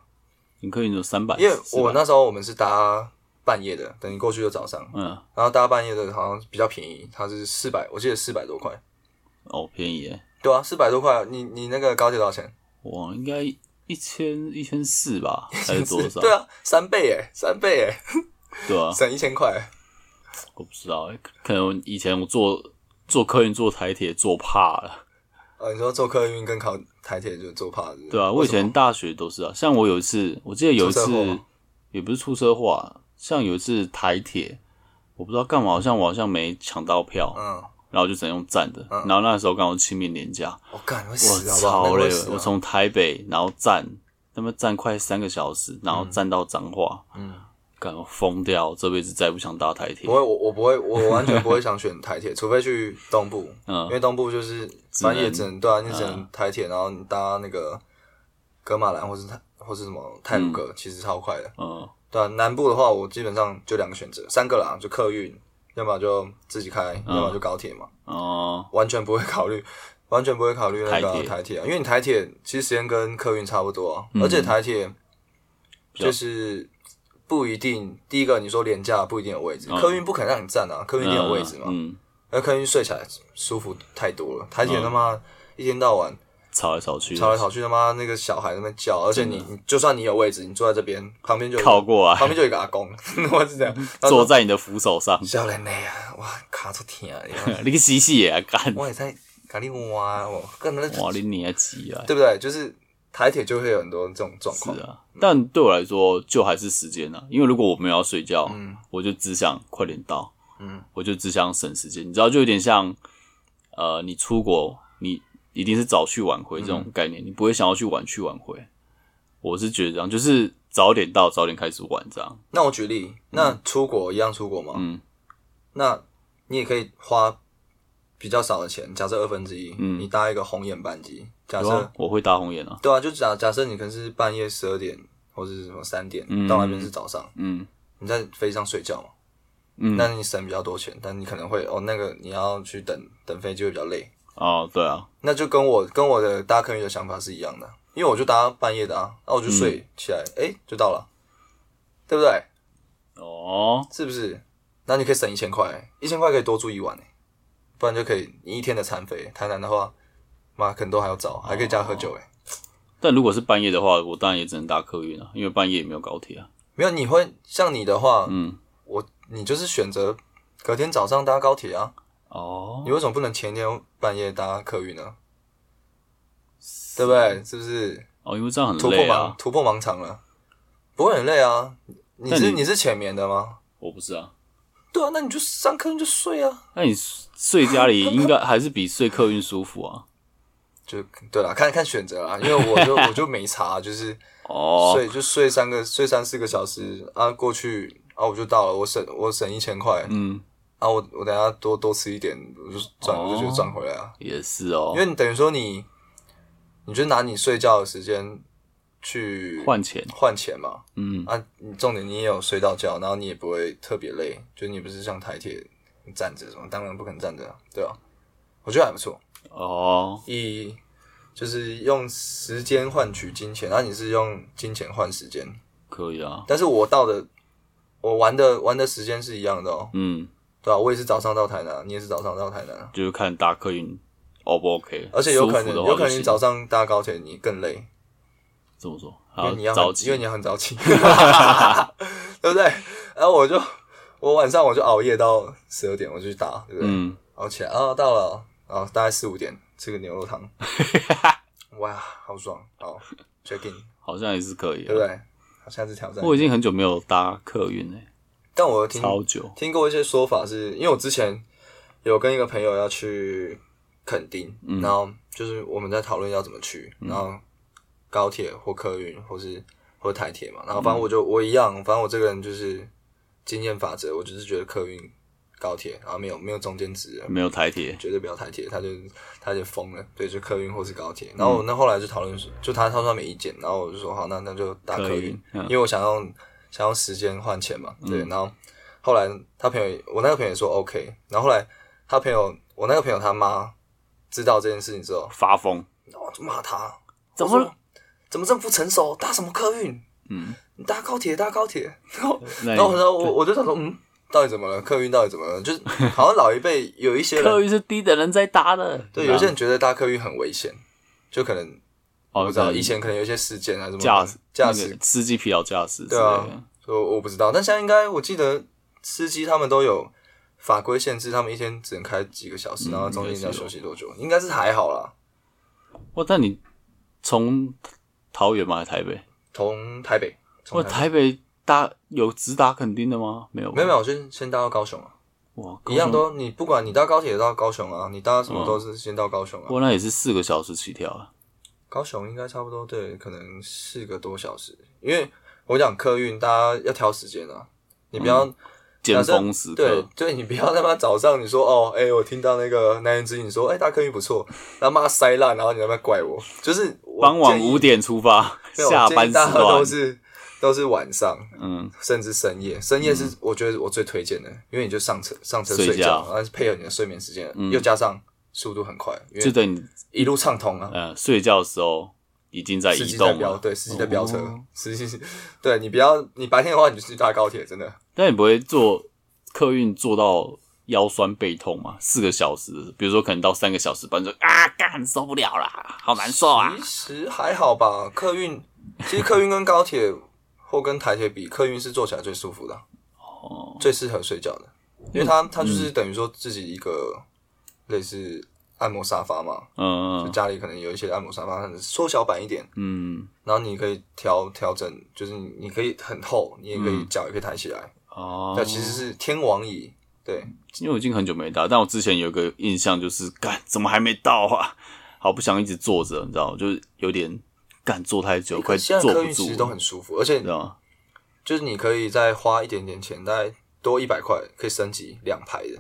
A: 你客运有三百，
B: 因为我
A: 400
B: 那时候我们是搭半夜的，等你过去就早上，
A: 嗯
B: 然后搭半夜的好像比较便宜，它是四百，我记得四百多块。
A: 哦便宜耶，
B: 对啊，四百多块，你你那个高铁多少钱？
A: 我应该一千一千四 吧，还是多少？
B: 对啊，三倍诶、三倍欸诶、
A: 对啊，
B: 省一千块。
A: 我不知道欸，可可能以前我坐坐客运、坐台铁坐怕了，
B: 呃，你说坐客运跟考台铁就坐怕是不是
A: 对啊，我
B: 为
A: 以
B: 什么
A: 前大学都是啊，像我有一次，我记得有一
B: 出车祸
A: 次
B: 吗
A: 也不是出车祸、啊，像有一次台铁，我不知道干嘛，好像我好像没抢到票，
B: 嗯，
A: 然后就只能用站的，然后那时候刚好清明年假，
B: 我干你会
A: 我
B: 死好嗯不
A: 超
B: 好？那个
A: 累
B: 会死
A: 了，
B: 啊
A: 我从台北然后站，他妈站快三个小时，然后站到彰化，嗯，感我疯掉，这辈子再也不想搭台铁
B: 不，会，我我不会，我完全不会想选台铁， 除非去东部，
A: 嗯
B: 因为东部就是反正也只能对啊，你只能
A: 嗯
B: 台铁，然后你搭那个格马兰或是泰或是什么泰鲁格，其实超快的。
A: 嗯
B: 对啊，南部的话，我基本上就两个选择，三个啦，就客运，要么就自己开，
A: 嗯
B: 要么就高铁嘛，
A: 哦、
B: 完全不会考虑。 完全不会考虑那
A: 台
B: 个
A: 铁嗯
B: 台铁啊，因为你台铁其实时间跟客运差不多啊、而且台铁
A: 较
B: 就是不一定。第一个，你说廉价不一定有位置，客运不可能让你站啊，客运一定有位置嘛。
A: 嗯，
B: 那、客运睡起来舒服太多了，台铁他妈一天到晚
A: 吵来吵去的，
B: 吵来吵去，他妈那个小孩在那边叫，而且你你就算你有位置，你坐在这边旁边就有一个
A: 靠过
B: 旁
A: 来，
B: 边就有一个阿 公，我是这样，然后
A: 坐在你的扶手上，
B: 小人类啊，哇卡住天啊，
A: 你个西西也啊干，
B: 我也在咖喱挖，我根本
A: 哇，你你还急啊！
B: 对不对？就是台铁就会有很多这种状况
A: 是。啊，但对我来说，就还是时间啊。因为如果我没有要睡觉，我就只想快点到，
B: 嗯，
A: 我就只想省时间。你知道，就有点像，呃，你出国，你一定是早去晚
B: 嗯
A: 回这种概念，你不会想要去晚去晚回。我是觉得这样，就是早点到，早点开始玩这样。
B: 那我举例，那出国一样出国嘛，
A: 嗯，
B: 那你也可以花比较少的钱，假设二分之一，
A: 嗯
B: 你搭一个红眼班机，假
A: 对啊
B: 设，
A: 我会搭红眼啊，
B: 对啊，就假假设你可能是半夜十二点或者是什么三点，到那边是早上，
A: 嗯，
B: 你在飞机上睡觉嘛，
A: 嗯
B: 那你省比较多钱，但你可能会哦，那个你要去等等飞机会比较累，
A: 哦，对啊，
B: 那就跟我跟我的搭客运的想法是一样的，因为我就搭半夜的啊，那我就睡起来，哎、就到了，对不对？
A: 哦，
B: 是不是？那你可以省一千块，一千块可以多住一晚、欸、不然就可以你一天的餐费。台南的话，妈可能都还要早，还可以加喝酒哎、
A: 但如果是半夜的话，我当然也只能搭客运啊，因为半夜也没有高铁啊。
B: 没有，你会像你的话，
A: 嗯，
B: 我你就是选择隔天早上搭高铁啊，
A: 哦，
B: 你为什么不能前一天半夜搭客运呢？对不对？是不是
A: 哦，因为这样
B: 突
A: 很
B: 破
A: 累
B: 盲、
A: 啊。
B: 突破盲肠了？不会很累啊？你
A: 但
B: 是
A: 你
B: 你是浅眠的吗？
A: 我不是啊，
B: 对啊，那你就上客运就睡啊，
A: 那你睡家里应该还是比睡客运舒服 啊。
B: 就对啦，看看 选择啦，因为我就我就没查，就是
A: 哦，
B: 睡就睡三个睡三四个小时啊，过去啊我就到了，我省我省一千块
A: 嗯，
B: 啊，我我等下多多吃一点，我就转我就觉得转回来啊，
A: 也是哦
B: 因，为你等于说你，你就拿你睡觉的时间去
A: 换钱，
B: 换钱嘛
A: 嗯，
B: 啊，你重点你也有睡到觉，然后你也不会特别累，就你不是像台铁站着什么，当然不可能站着啊，对吧、我觉得还不错，
A: 哦，
B: 以就是用时间换取金钱，然后你是用金钱换时间。
A: 可以啊，
B: 但是我到的，我玩的玩的时间是一样的哦，
A: 嗯，
B: 对吧、我也是早上到台南，你也是早上到台南，啊
A: 就是看搭客运 O 不 OK，
B: 而且有
A: 舒
B: 可
A: 服
B: 能
A: 的话
B: 有可
A: 就
B: 能你
A: 行
B: 早上搭高铁你更累，
A: 怎么说？
B: 因
A: 好
B: 为你要很
A: 哦早起
B: 因为你要很早起， 对不对？然后我就我晚上我就熬夜到十二点我就去打，对不对？
A: 嗯，
B: 然后起来啊到了，然后大概四五点吃个牛肉 汤，哇，好爽，好 check in，
A: 好像也是可以、
B: 对不？对？嗯好，下次挑战。
A: 我已经很久没有搭客运嘞、
B: 但我听
A: 超久。
B: 听过一些说法是，因为我之前有跟一个朋友要去垦丁，然后就是我们在讨论要怎么去，然后高铁或客运或是或台铁嘛，然后反正我就、我一样，反正我这个人就是经验法则，我就是觉得客运、高铁，然后没有没有中间值的，
A: 没有台铁，
B: 绝对不要台铁，他就他就疯了，对，就客运或是高铁。然
A: 嗯
B: 后我那后来就讨论说，就他他说他没意见，然后我就说好，那那就搭客
A: 客
B: 运
A: 运，嗯
B: 因为我想用想用时间换钱嘛，对。然后后来他朋友也，我那个朋友也说 OK，然后后来他朋友，我那个朋友他妈知道这件事情之后，
A: 发疯，
B: 然后我就骂他，
A: 怎
B: 我说？怎么这么不成熟，搭什么客运？
A: 嗯，哎
B: 你搭高铁，搭高铁，然后
A: 那
B: 然后我
A: 你
B: 说我我就想说，嗯，到底怎么了？客运到底怎么了？就是好像老一辈有一些人
A: 客运是低等人在搭的，
B: 对，
A: 吧
B: 有些人觉得搭客运很危险，就可能
A: 哦，
B: 不知道
A: 可能
B: 以前可能有一些事件啊什么
A: 驾驶
B: 驾驶
A: 那，个司机疲劳驾驶之
B: 对
A: 类
B: 啊
A: 的，
B: 我我不知道，但现在应该我记得司机他们都有法规限制，他们一天只能开几个小
A: 嗯
B: 时，然后中间
A: 应
B: 你
A: 该
B: 要
A: 是有
B: 休息多久，应该是还好啦。
A: 哇，但你从桃园吗？还是台北？
B: 从台北，
A: 哇，
B: 从台
A: 台北搭有直达垦丁的吗？没有吧，
B: 没有没有，我先先搭到高雄啊，
A: 哇，
B: 一样
A: 高嗯
B: 都你不管你搭高铁也到高雄啊，你搭什么都是先到高雄啊
A: 雄。。哇，那也是四个小时起跳啊。
B: 高雄应该差不多，对，可能四个多小时，因为我讲客运，大家要挑时间啊，你不要
A: 尖
B: 假设
A: 峰时
B: 对
A: 刻，
B: 对，你不要他妈早上你说哦， 哎、我听到那个那言之隐，你说哎、大客运不错，然后妈塞烂，然后你他妈怪我，就是我
A: 傍晚
B: 建议
A: 五点出发，
B: 没有我
A: 下
B: 建议
A: 班时
B: 大家
A: 段
B: 都是都是晚上，
A: 嗯，
B: 甚至深夜，深夜是我觉得我最推荐的，因为你就上车上车睡
A: 睡觉嗯
B: 觉，然后是配合你的睡眠时间，又加上速度很快，因
A: 就
B: 为
A: 等你
B: 一路畅通啊。
A: 呃睡觉的时候已经在
B: 司
A: 呃移
B: 机在
A: 动
B: 飙，
A: 了，
B: 对，司机在飙车
A: 哦，
B: 司机，对你不要，你白天的话你就去搭高铁，真的，
A: 但你不会坐客运坐到腰酸背痛嘛？四个小时，比如说可能到三个小时半就啊，干受不了啦，好难受啊！
B: 其实还好吧，客运其实客运跟高铁或跟台铁比，客运是坐起来最舒服的，哦，最适合睡觉的，因为它
A: 嗯
B: 它就是等于说自己一个类似按摩沙发嘛，就
A: 嗯
B: 家里可能有一些按摩沙发，它是缩小版一点，
A: 嗯
B: 然后你可以调调整，就是你你可以很厚，你也可以脚也可以抬起来，
A: 哦
B: 那、，其实是天王椅，对，
A: 因为我已经很久没搭，但我之前有一个印象就是，干怎么还没到啊？ 好不想一直坐着，你知道吗？就是有点干坐太久，快
B: 现
A: 坐
B: 在客
A: 不
B: 运其
A: 住
B: 实
A: 了，啊
B: 都很舒服，而且
A: 你知道吗？
B: 就是你可以再花一点点钱，大概多一百块可以升级两排的。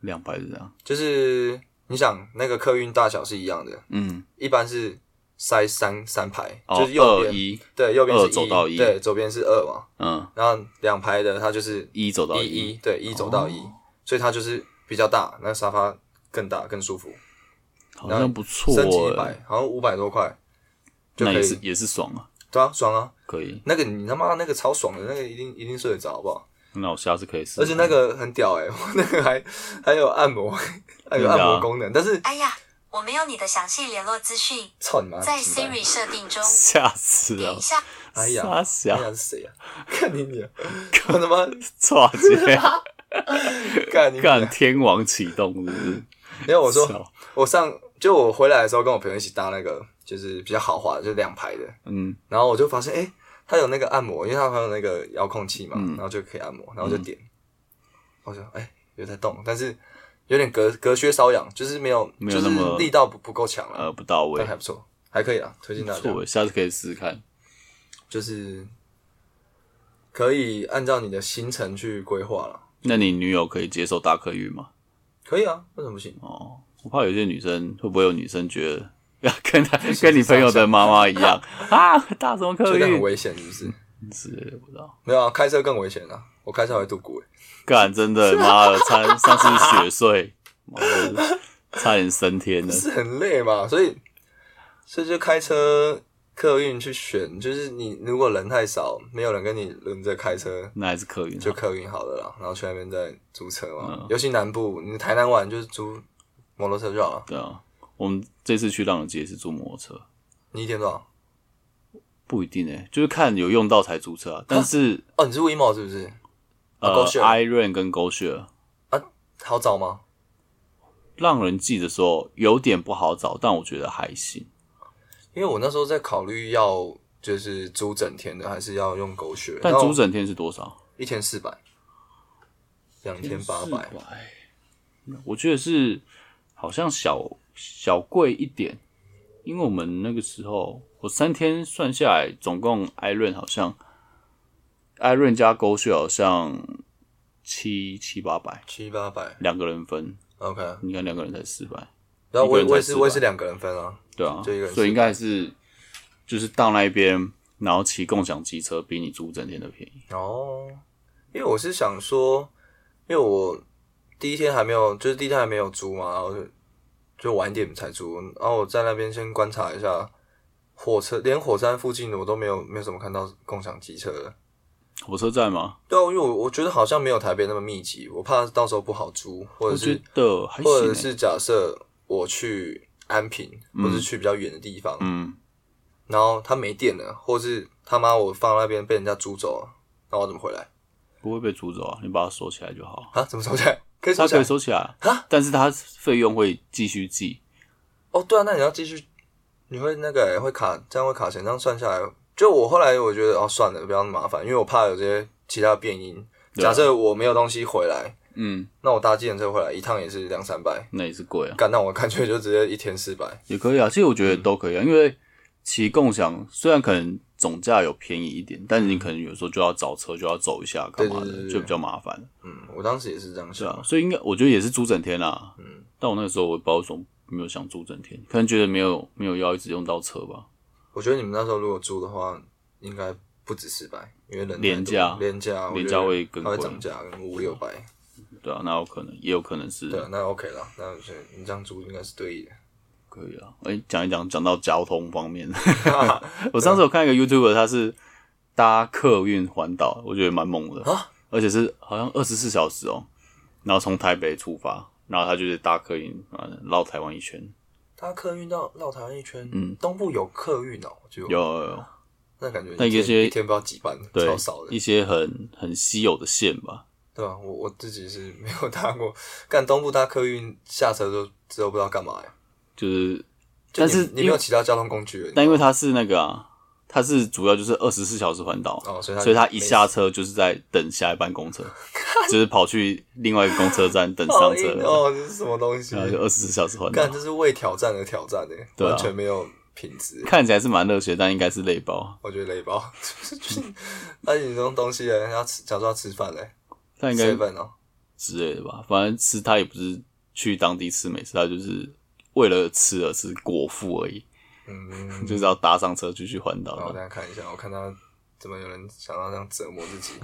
A: 两百是这样，
B: 就是你想那个客运大小是一样的，
A: 嗯
B: 一般是塞三三排，
A: 哦，
B: 就是右
A: 二
B: 边
A: 一，
B: 对，右边
A: 二
B: 是
A: 走到一
B: 对，左边是二嘛，
A: 嗯，
B: 然后两排的它就是
A: 一哦走到
B: 一一，对，一走到一、所以它就是比较大，那沙发更大更舒服，
A: 好像不错
B: 升级一
A: 欸，
B: 百，好像五百多块就
A: 那
B: 可
A: 也是
B: 以，
A: 也是爽啊，
B: 对啊，爽啊！
A: 可以。
B: 那个你他妈那个超爽的，那个一定一定睡得着，好不好？
A: 那我下次可以试试看，
B: 而且那个很屌哎、我 那个还还有按摩，还
A: 啊
B: 有按摩功能，但是
C: 哎呀，我没有你的详细联络资讯，
B: 操你妈！
C: 在
B: 鸡掰
C: Siri 设定中
A: 下次啊
C: 点一，下。
B: 哎呀
A: 傻
B: 哎
A: 小
B: 呀，是谁呀、看你你，我他妈
A: 错觉，
B: 干你娘！
A: 干天王启动是不是？
B: 因为我说
A: 操
B: 我上就我回来的时候跟我朋友一起搭那个就是比较豪华的，就两排的，
A: 嗯，
B: 然后我就发现哎、诶它有那个按摩，因为它还有那个遥控器嘛，
A: 嗯
B: 然后就可以按摩，然后就点，我就哎、诶有在动，但是有点隔隔靴搔痒，就是没有
A: 没有那么
B: 就是力道不不够强了，
A: 呃，不到位
B: 但，还不错，还可以啊，推荐
A: 不
B: 大家。
A: 错欸，下次可以试试看。
B: 就是可以按照你的行程去规划了。
A: 那你女友可以接受大客运吗？
B: 可以啊，为什么不行？
A: 哦，我怕有些女生会不会有女生觉得要跟她
B: 就是
A: 跟你朋友的妈妈一样啊，搭什么客
B: 这个很
A: 运
B: 危险，是不是？
A: 之类的，不知道。
B: 没有啊，开车更危险啊！我开车还会度骨、欸，
A: 干，真的妈的，差上次血税，妈的，差点升天了
B: 不。是很累嘛？所以，所以就开车客运去选，就是你如果人太少，没有人跟你轮着开车，
A: 那还是客运
B: 就
A: 好，
B: 客运好了啦。然后去那边再租车嘛。
A: 嗯
B: 尤其南部，你台南玩就是租摩托车就好了。
A: 对啊。我们这次去浪人街是坐摩托车，
B: 你一点多少？
A: 不一定诶、就是看有用到才租车啊。但是
B: 哦，你是 WeMo 是不是？
A: 呃
B: 啊 GoShare
A: ，Iron 跟 Go Share
B: 好找吗？
A: 让人记的时候有点不好找，但我觉得还行。
B: 因为我那时候在考虑要就是租整天的，还是要用狗血。
A: 但
B: 然后
A: 租整天是多少？
B: 一天四百，两天八百，
A: 我觉得是好像小小贵一点，因为我们那个时候我三天算下来，总共艾润好像艾润加狗血好像七七八百，
B: 七八百。
A: 两个人分，
B: OK，
A: 你看两个人才四百，
B: 然后我
A: 一个人才
B: 我也是
A: 400
B: 我也是两个人分啊，
A: 对啊
B: 就一个人，400
A: 所以应该还是就是到那边，然后骑共享机车比你租整天的便宜。
B: 哦，因为我是想说，因为我第一天还没有，就是第一天还没有租嘛，然后就就晚一点才租，然后我在那边先观察一下火车，连火车站附近的我都没有没有怎么看到共享机车的。
A: 火车站吗？
B: 对啊，因为我我觉得好像没有台北那么密集，我怕到时候不好租，或
A: 我
B: 者
A: 觉
B: 是
A: 得还
B: 或
A: 行、
B: 者
A: 欸，
B: 是假设我去安平，或者是去比较远的地方，
A: 嗯，
B: 然后它没电了，或是他妈我放那边被人家租走了，那我怎么回来
A: 不会被租走啊，你把它收起来就好。
B: 啊？怎么 收起来？可以收
A: 它
B: 起
A: 可
B: 来
A: 以？收起来
B: 啊，
A: 但是它费用会继续计。
B: 哦，对啊，那你要继续，你会那个、欸、会卡，这样会卡钱，这样算下来，就我后来我觉得哦，算了，不要那么麻烦，因为我怕有这些其他的变因。
A: 对啊
B: 假设我没有东西回来，
A: 嗯，
B: 那我搭计程车回来一趟也是两三百，
A: 那也是贵啊，
B: 干，那我干脆就直接一天四百。
A: 也可以啊。其实我觉得都可
B: 嗯
A: 以啊，因为骑共享虽然可能总价有便宜一点，但是你可能有时候就要找车，就要走一下干嘛
B: 嗯对对对
A: 的，
B: 对
A: 就比较麻烦。
B: 嗯，我当时也是这样
A: 对
B: 想。
A: 啊，所以应该我觉得也是租整天啦。嗯，但我那个时候我也不知道为什么没有想租整天，可能觉得没有没有要一直用到车吧。
B: 我觉得你们那时候如果租的话，应该不止四百，因为人太多
A: 廉价
B: 廉价，我觉得
A: 廉价会更
B: 它会
A: 贵
B: 涨价，跟五六百。
A: 对啊，那有可能也有可能是
B: 对啊，那 OK 了，那我觉得你这样租应该是对的。
A: 可以啊。哎、讲一讲讲到交通方面，
B: 啊
A: 我上次有看一个 YouTuber，他是搭客运环岛，我觉得蛮猛的
B: 啊，
A: 而且是好像二十四小时哦，然后从台北出发，然后他就是搭客运啊绕台湾一圈，
B: 搭客运到绕台湾一圈，
A: 嗯，
B: 东部有客运哦，就
A: 有有有
B: 那感觉一
A: 那
B: 天
A: 有些
B: 一天不知道几班，
A: 对
B: 超少
A: 一
B: 的，
A: 些很很稀有的线吧，
B: 对吧、我我自己是没有搭过，干东部搭客运下车都之后不知道干嘛呀。
A: 就是
B: 就
A: 但是
B: 你你没
A: 因
B: 有
A: 为
B: 其他交通工具了，
A: 但因为他是那个啊。他是主要就是二十四小时环岛，
B: 哦所以他
A: 他一下车就是在等下一班公 车，就是跑去另外一个公车站等上车，
B: 好硬哦，这是什么东西？
A: 啊然后就二十四小时环岛
B: 嗯干，，这是为挑战而挑战的，
A: 对啊
B: 完全没有品质。
A: 看起来是蛮热血，但应该是累爆，
B: 我觉得雷包， 就是那你这种东西嘞，要吃，假装要吃饭嘞，
A: 但应该
B: 吃饭哦，
A: 之类的吧。反正吃他也不是去当地吃美食，他就是为了吃而吃，果腹而已。
B: 嗯，
A: 就是要搭上车继续环岛
B: 好，我
A: 了。
B: 大家看一下，我看他怎么有人想要这样折磨 自己。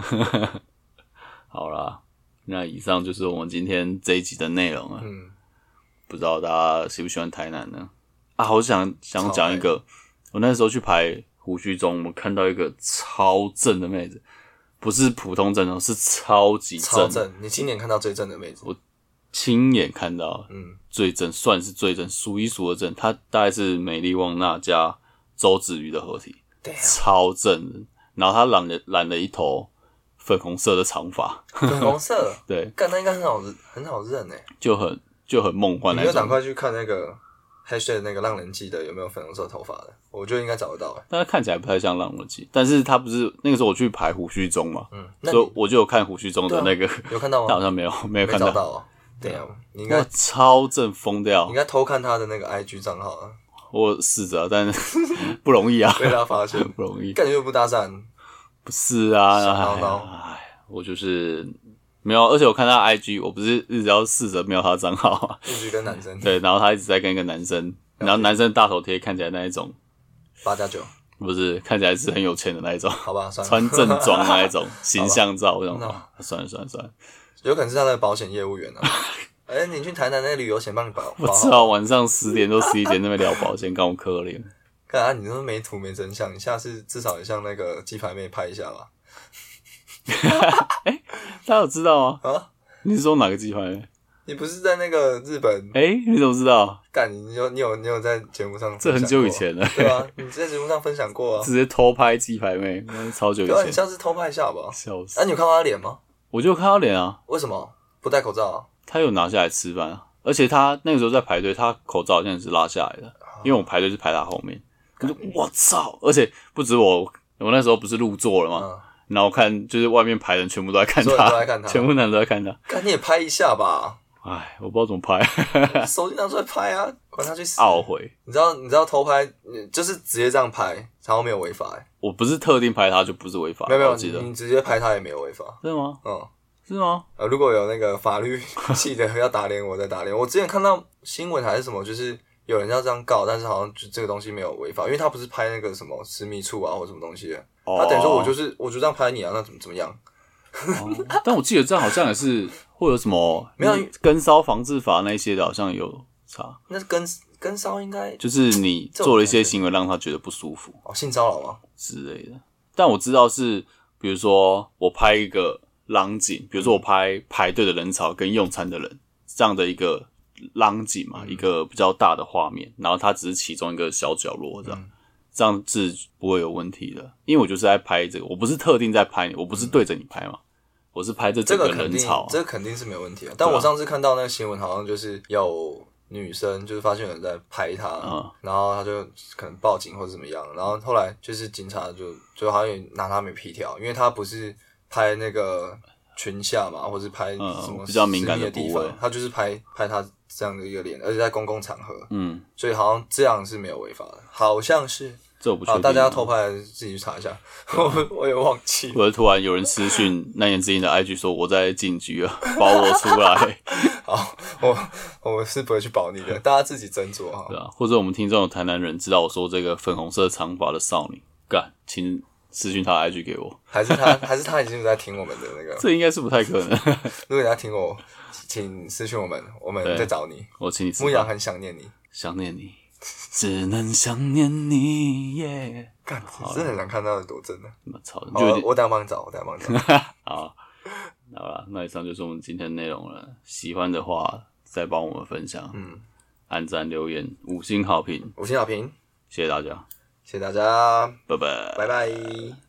A: 好啦，那以上就是我们今天这一集的内容了。啊
B: 嗯，
A: 不知道大家喜不喜欢台南呢？啊，好想想
B: 超
A: 讲
B: 爱
A: 一个，我那时候去排胡须中，我看到一个超正的妹子，不是普通正哦，是超级
B: 超
A: 正，
B: 正，你今年看到最正的妹子，
A: 亲眼看到
B: 嗯，
A: 最正，算是最正，数一数二正。她大概是美丽旺娜加周子瑜的合体，
B: 对啊，
A: 超正的。然后她染了染了一头粉红色的长发，
B: 粉红色，
A: 对，
B: 干那应该很好很好认诶。
A: 就很就很梦幻
B: 你
A: 那
B: 没有赶
A: 种。
B: 快去看那个 hashtag 那个让人记得有没有粉红色头发的？我觉得应该找得到诶。欸
A: 但她看起来不太像浪人记，但是她不是那个时候我去排胡须中嘛，
B: 嗯，那
A: 所以
B: 你啊
A: 我就有看胡须中的那个，
B: 有看到
A: 但好
B: 吗？
A: 像没有 没有
B: 没
A: 看
B: 找
A: 到，
B: 到哦。对啊，你应该
A: 哇，
B: 你
A: 超正疯掉
B: 应！该偷看他的那个 IG 账号啊，
A: 我试着，啊但 不容易啊，
B: 被他 发现，
A: 不容易，
B: 感觉又不搭讪。
A: 不是啊，
B: 小叨
A: 哎
B: 叨
A: 哎，我就是没有，而且我看他 IG，我不是一直要试着瞄他账号啊，
B: 一直跟男生
A: 对，然后他一直在跟一个男生，然后男生大头贴看起来那一种，
B: 八加九，
A: 不是看起来是很有钱的那一种，
B: 好吧，算了，
A: 穿正装啊那一种形象照，我想
B: 那
A: 哇算了算了算了，
B: 有可能是他的保险业务员 啊。哎、你去台南那个旅游险帮你保
A: 我
B: 保
A: 知
B: 好，
A: 道晚上十点多十一点那边聊保险，跟我可怜。
B: 看啊，你都没图没真相，你下次至少也像那个鸡排妹拍一下吧。
A: 大家有知道吗？
B: 啊，
A: 你是说哪个鸡排妹？
B: 你不是在那个日本
A: 哎、你怎么知道？
B: 干？你有你有你有在节目上
A: 这很
B: 分享
A: 久
B: 过
A: 以，前了，
B: 对啊，你在节目上分享过啊。
A: 直接偷拍鸡排妹，那是超久
B: 对啊，
A: 以前，
B: 你下次偷拍一下吧。
A: 笑死
B: 啊，！你有看到他脸吗？
A: 我就看他脸啊，
B: 为什么不戴口罩、啊？
A: 他有拿下来吃饭啊，而且他那个时候在排队，他口罩好像也是拉下来的，
B: 啊
A: 因为我排队是排他后面。
B: 哎
A: 我就我操！而且不止我，我那时候不是入座了吗？
B: 嗯，
A: 然后我看就是外面排的人全部都在看
B: 所有人
A: 他，
B: 都在看他
A: 全部男的都在看他。
B: 看你也拍一下吧，
A: 哎，我不知道怎么拍，
B: 手机拿出来拍啊，管他去死。
A: 懊悔。
B: 你知道你知道偷拍，嗯就是直接这样拍，然后没有违法、欸，
A: 我不是特定拍他，就不是违法。
B: 没有没有，
A: 哦我记得
B: 你你直接拍他也没有违法。
A: 真的吗？
B: 嗯，
A: 是吗？
B: 呃，如果有那个法律 系的要打脸我，再打脸。我之前看到新闻还是什么，就是有人要这样告，但是好像就这个东西没有违法，因为他不是拍那个什么私密处啊或什么东西的，他等于说我就是我就这样拍你啊，那怎么怎么样？
A: 哦但我记得这样好像也是会有什么
B: 没有
A: 跟骚防治法那一些的，好像有差，
B: 那跟跟骚应该
A: 就是你做了一些行为让他觉得不舒服
B: 哦性骚扰吗？
A: 之类的。但我知道是，比如说我拍一个浪景，比如
B: 嗯
A: 说我拍排队的人潮跟用餐的人这样的一个浪景
B: 嗯
A: 嘛，一个比较大的画面，然后它只是其中一个小角落这样。
B: 嗯
A: 这样是不会有问题的，因为我就是在拍这个，我不是特定在拍你，我不是对着你拍嘛，我是拍这
B: 嗯这
A: 整
B: 个肯
A: 人
B: 定
A: 潮啊、，
B: 这个肯定是没有问题的。但
A: 对
B: 我
A: 啊
B: 上次看到那个新闻，好像就是有女生就是发现有人在拍她，
A: 嗯
B: 然后她就可能报警或者怎么样，然后后来就是警察就就好像也拿她没皮条，因为她不是拍那个裙下嘛，或是拍什
A: 嗯
B: 么、
A: 比较敏感的
B: 的地方
A: 部位，
B: 她就是拍拍她这样的一个脸，而且在公共场合，
A: 嗯，
B: 所以好像这样是没有违法的，好像是。
A: 这我不确
B: 好，
A: 定。
B: 哦
A: 啊
B: 大家偷拍自己去查一下， 我我也忘记了。
A: 或者突然有人私讯 那年之音的 IG 说我在警局 啊，保我出来，
B: 好，我我是不会去保你的，大家自己斟酌哈
A: 对。啊，或者我们听众有台南人知道我说这个粉红色长发的少女，干，请私讯他的 IG 给 我，
B: 还是他，还是他已经有在听我们的那个。
A: 这应该是不太可 能。
B: 如果你要听我，请私讯我们，我们
A: 对
B: 再找你。
A: 我请你吃
B: 牧羊
A: 饭，
B: 很想念你，
A: 想念你，只能想念你耶。
B: 干，真的很想看到有多真的。
A: 那么操，
B: 好
A: 就有
B: 了，
A: 点
B: 我等下帮你找，我等下帮 你找。
A: 好，啊好了，那以上就是我们今天的内容了。喜欢的话再帮我们分享，
B: 嗯，
A: 按赞、留言、五星好评，
B: 五星好评，
A: 谢谢大家，
B: 谢谢大家，
A: 拜拜。
B: 拜拜。